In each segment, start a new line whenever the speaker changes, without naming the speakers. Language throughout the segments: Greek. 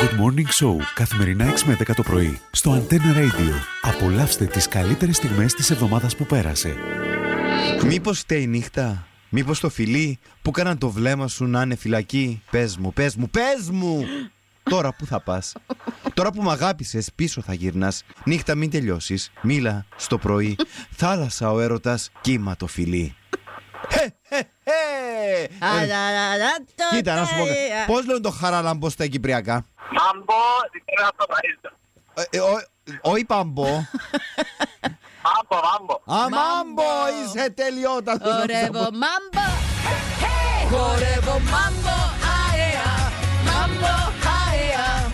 Good Morning Show καθημερινά 6 με 10 το πρωί στο Antenna Radio. Απολαύστε τις καλύτερες στιγμές της εβδομάδας που πέρασε.
Μήπως φταίει η νύχτα, μήπως το φιλί που κάναν το βλέμμα σου να είναι φυλακή. Πες μου, πες μου, πες μου! Τώρα που θα πας, τώρα που μ' αγάπησες πίσω θα γυρνάς. Νύχτα μην τελειώσεις, μίλα στο πρωί. Θάλασσα ο έρωτας, κύμα το φιλί. Χε, χε, χε! Ε, Κοίτα, να σου πω.
ε,
κα- Πώς λένε το χαράλαμπο στα κυπριακά.
Πάμπο, δεν ξέρω να το παρίζω.
Ε, ε, ο- Όχι παμπό.
Πάμπο, πάμπο.
Αμάμπο, είσαι τελειότατος.
Χορεύω μάμπο, χορεύω μάμπο, αέα, μάμπο, αέα.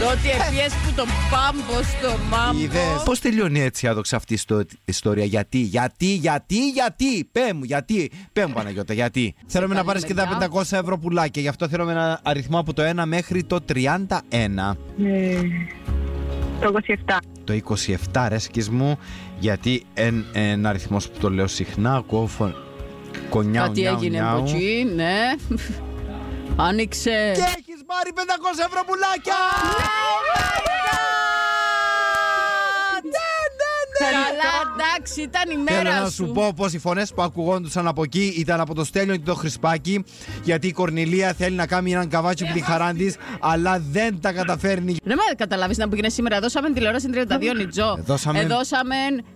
Το ότι επίες που τον πάμπο στο μάμπο.
Πώς τελειώνει έτσι άδοξα αυτή η ιστο- ιστορία, Γιατί, γιατί, γιατί, γιατί, πε μου, γιατί, πε μου Παναγιώτα, γιατί. Θέλουμε να
καλή
πάρεις και τα
μεριά.
500 ευρώ πουλάκια, γι' αυτό θέλουμε ένα αριθμό από το 1 μέχρι το 31.
Ναι.
Ε, Το 27.
Το 27 ρέσκι μου, γιατί εν- ένα αριθμός που το λέω συχνά, ακούω φων... κονιάου,
Κάτι
νιάου,
έγινε
νιάου.
από εκεί, ναι. Άνοιξε.
Και έχει πάρει 500 ευρώ πουλάκια!
Ναι, ναι, Καλά, εντάξει, ήταν η
Θέλω
μέρα
να σου πω πως οι φωνές που ακουγόντουσαν από εκεί ήταν από το Στέλιο και το Χρυσπάκι. Γιατί η Κορνηλία θέλει να κάνει έναν καβάτσι
Ε,
πληχαράντη, αλλά δεν τα καταφέρνει.
Δεν με καταλάβεις να που γίνεται σήμερα. Δώσαμε τηλεόραση 32 Νιτζό.
Δώσαμε-
Ε, δώσαμε,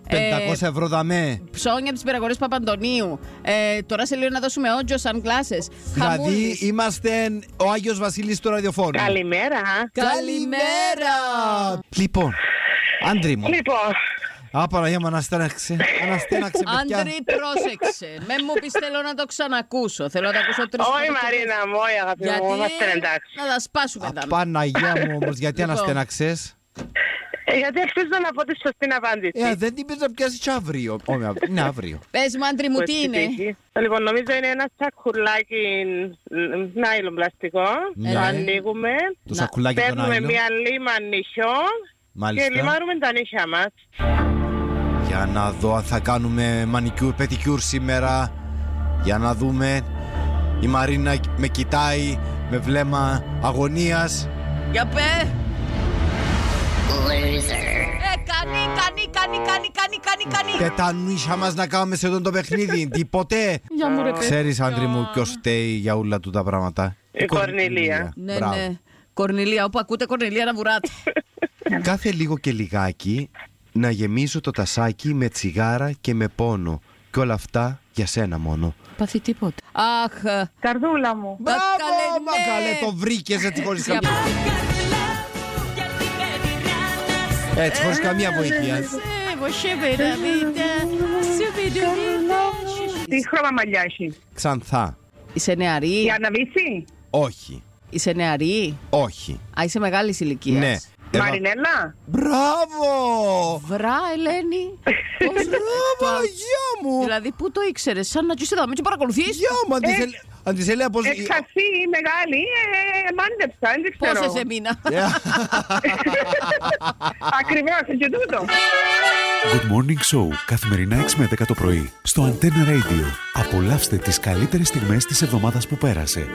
500
ε,
ευρώ δαμέ.
ψώνια από τι πυραγωγέ Παπαντονίου. Ε, τώρα σε λίγο να δώσουμε όντζο σαν κλάσε.
Δηλαδή είμαστε ο Άγιος Βασίλης του ραδιοφώνου.
Καλημέρα.
Καλημέρα!
Λοιπόν, άντρι μου.
Λοιπόν,
Άπαρα για μου αναστέναξε. Αναστέναξε, παιδιά.
Άντρη, πρόσεξε. Με μου πεις θέλω να το ξανακούσω. Θέλω να το ακούσω τρεις
όχι Μαρίνα μου, όχι αγάπη
Γιατί
μου, είμαστε εντάξει.
να τα σπάσουμε τα
Απαναγία μου όμως, γιατί
Λοιπόν.
αναστέναξες.
Ε, Γιατί ελπίζω να πω τη σωστή απάντηση.
Ε, δεν την πεις να πιάσεις αύριο. Όχι, αύριο. είναι αύριο.
Πες μου, Άντρη μου,
Που
τι
έτσι
είναι.
τύχει. Λοιπόν, νομίζω είναι ένα σακουλάκι ν- νάιλον πλαστικό.
Ναι.
Το ανοίγουμε.
Το σακουλάκι των
Παίρνουμε
άλλων.
μία λίμα νυχιό και
Μάλιστα.
λιμάρουμε τα νύχια μας.
Για να δω αν θα κάνουμε μανικιούρ, πετικιούρ σήμερα. Για να δούμε. Η Μαρίνα με κοιτάει με βλέμμα αγωνίας.
Για πε. Ε, κανεί, κανεί, κανεί, κανεί, κανεί, κανεί, κανεί.
Και τα νύχια μας να κάνουμε σε αυτό το παιχνίδι. Τίποτε.
Για μου ρε παιδί.
Ξέρεις άντρη μου ποιος φταίει για όλα του τα πράγματα.
Η Κορνηλία.
Ναι,
Μπράβο.
ναι. Κορνηλία, όπου ακούτε Κορνηλία να βουράτε. ναι.
Κάθε λίγο και λιγάκι να γεμίζω το τασάκι με τσιγάρα και με πόνο. Και όλα αυτά για σένα μόνο.
Πάθει τίποτα. Αχ, ε,
Καρδούλα μου.
Μπράβο,
μα
ναι.
καλέ, το βρήκες έτσι χωρίς
για
καμία, έτσι, χωρίς καμία
Ε,
βοήθεια.
Τι χρώμα μαλλιά έχει.
Ξανθά.
Είσαι νεαρή.
Αναβίση.
Όχι.
Είσαι νεαρή.
Όχι.
Α, είσαι μεγάλης ηλικίας.
Ναι. Ε, μα-
Μαρινέλα.
Μπράβο!
Βρά, Ελένη. Πώς- το-
Μπράβο, γεια μου!
Ε, Δηλαδή, πού το ήξερες, σαν να του είδα, μην του παρακολουθείς.
Γεια μου, αντισελ- αντισελέα πώς...
Εξασί, μεγάλη, ε, μάντεψα, δεν ξέρω.
Πόσε σε μήνα.
Ε,
Ακριβώς, και τούτο.
Good Morning Show καθημερινά 6 με 10 το πρωί στο Antenna Radio. Απολαύστε τις καλύτερες στιγμές της εβδομάδας που πέρασε.